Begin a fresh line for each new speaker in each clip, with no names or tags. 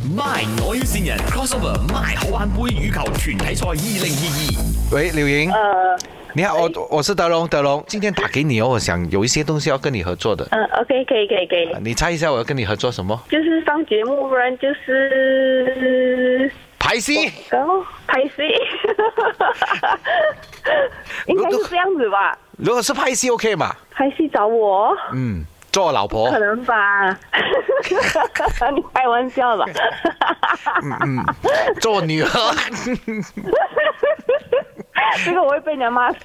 My 我要线人 crossover My 好玩杯羽球團體賽二零二
喂，柳莹，
呃
你好，我我是德龙，德龙，今天打给你哦，我想有一些东西要跟你合作的，啊
嗯，OK，可以可以可以，
你猜一下我要跟你合作什么？
就是上节目，不然就是
排戏，
然后拍戏，应该是这样子吧？
如果是拍戏 OK 嘛？
拍戏找我，哦
嗯，做我老婆
可，能吧？ 你开玩笑吧？
嗯，做我 女儿，
这个我会被人家骂死。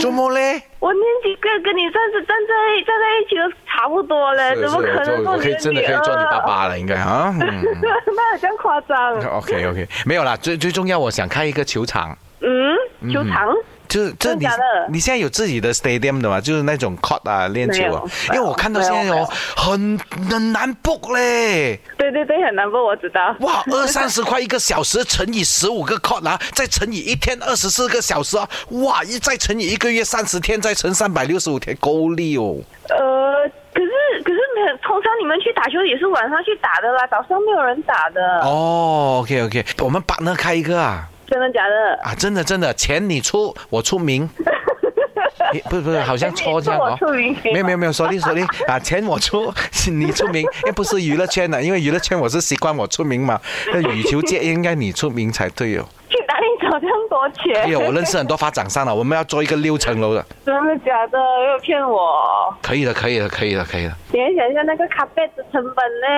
做么嘞？
我年纪跟跟你站在站在站在一起都差不多了，
是
呃怎么
是
可能
我做
做
我可以
你
真的可以做你爸爸了，应该啊。嗯
那有这样夸张？
OK OK，没有啦，最最重要，我想开一个球场。
嗯，球场。
就这
真
你
假的
你现在有自己的 stadium 的吗？就是那种 court 啊，练
没
球啊
有。
因为我看到现在
没有没
哦
有，
很很难 book 嘞。
对对对，很难不，我知道。
哇，二三十块一个小时，乘以十五个 court 啊，再乘以一天二十四个小时啊，哇，一再乘以一个月三十天，再乘三百六十五天，够力哦。
呃，可是可是没有，通常你们去打球也是晚上去打的啦，早上没有人打的，
哦，OK OK，我们把那开一个啊
真的假的？
啊，真的真的，钱你出，我出 名。诶不是不是，好像错这样
我
哦。
出明星，
没有没有没有，sorry sorry 啊，钱我出，你出名，哎，不是娱乐圈的，因为娱乐圈我是习惯我出名嘛，那羽球界应该你出名才对哦。
去哪里找这样多钱？
哎呦，我认识很多发展商啊了，我们要做一个六层楼的，
真的假的？又骗我！
可以的，可以的，可以的，可以的。
你还想一下那个卡贝的成本呢，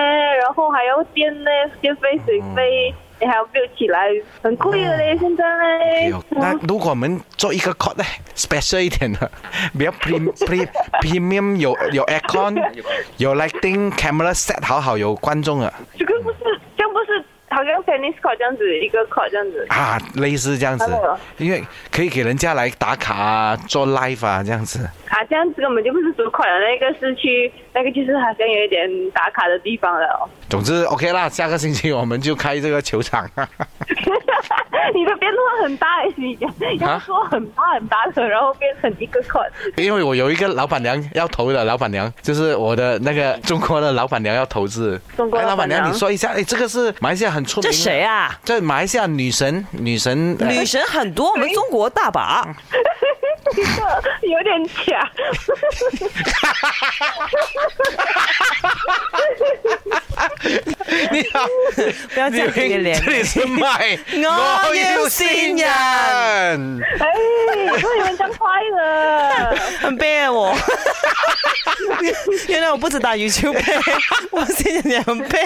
然后还要电呢，电费水费。
嗯
你还要 build 起来，很贵的嘞，现在
哎
嘞。
呦，那如果我们做一个 court 呢，special 一点的， 比较 pre pre premium 有有 aircon，有 lighting camera set 好好，有观众啊
这个不是，这样不是，好像 tennis court 这样子，一个 court 这样子。
啊，类似这样子
那个，
因为可以给人家来打卡啊，做 live 啊这样子。
啊，这样子根本就不是主款了，那个是去那个就是好像有一点打卡的地方了、哦。
总之 OK 啦，下个星期我们就开这个球场。
你的变化很大，你讲要说很大很大的，然后变成一个款。
因为我有一个老板娘要投的，老板娘就是我的那个中国的老板娘要投资。
中国
哎老
老板娘
娘，你说一下，哎，这个是马来西亚很出名。
这谁？啊？
这马来西亚女神，女神。呃
女神很多，我们中国 大把。
有点假，
你好，
不要这样给脸
这。里是麦，
我要先
人。
哎，我以为这样快 乐。
很悲哀我。 原来我不止打羽球杯，我现在也很悲。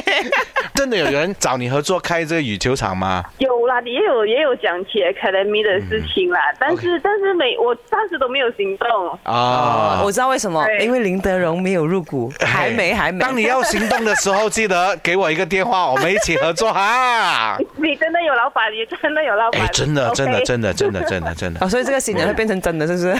真的有人找你合作开这个羽球场吗？
有啦，也有也有讲起 academy 的事情
嗯
啦，但是但是没我暂时都没有行动。
啊，
哦
哎
我知道为什么，
对
因为林德荣没有入股，还没还没。
当你要行动的时候，记得给我一个电话，我们一起合作 哈。哎
你真的有老板，你真的有老板。
哎，真的，真的，
OK
真的，真的，真的，真的
哦，。所以这个新人会变成真的，是不是？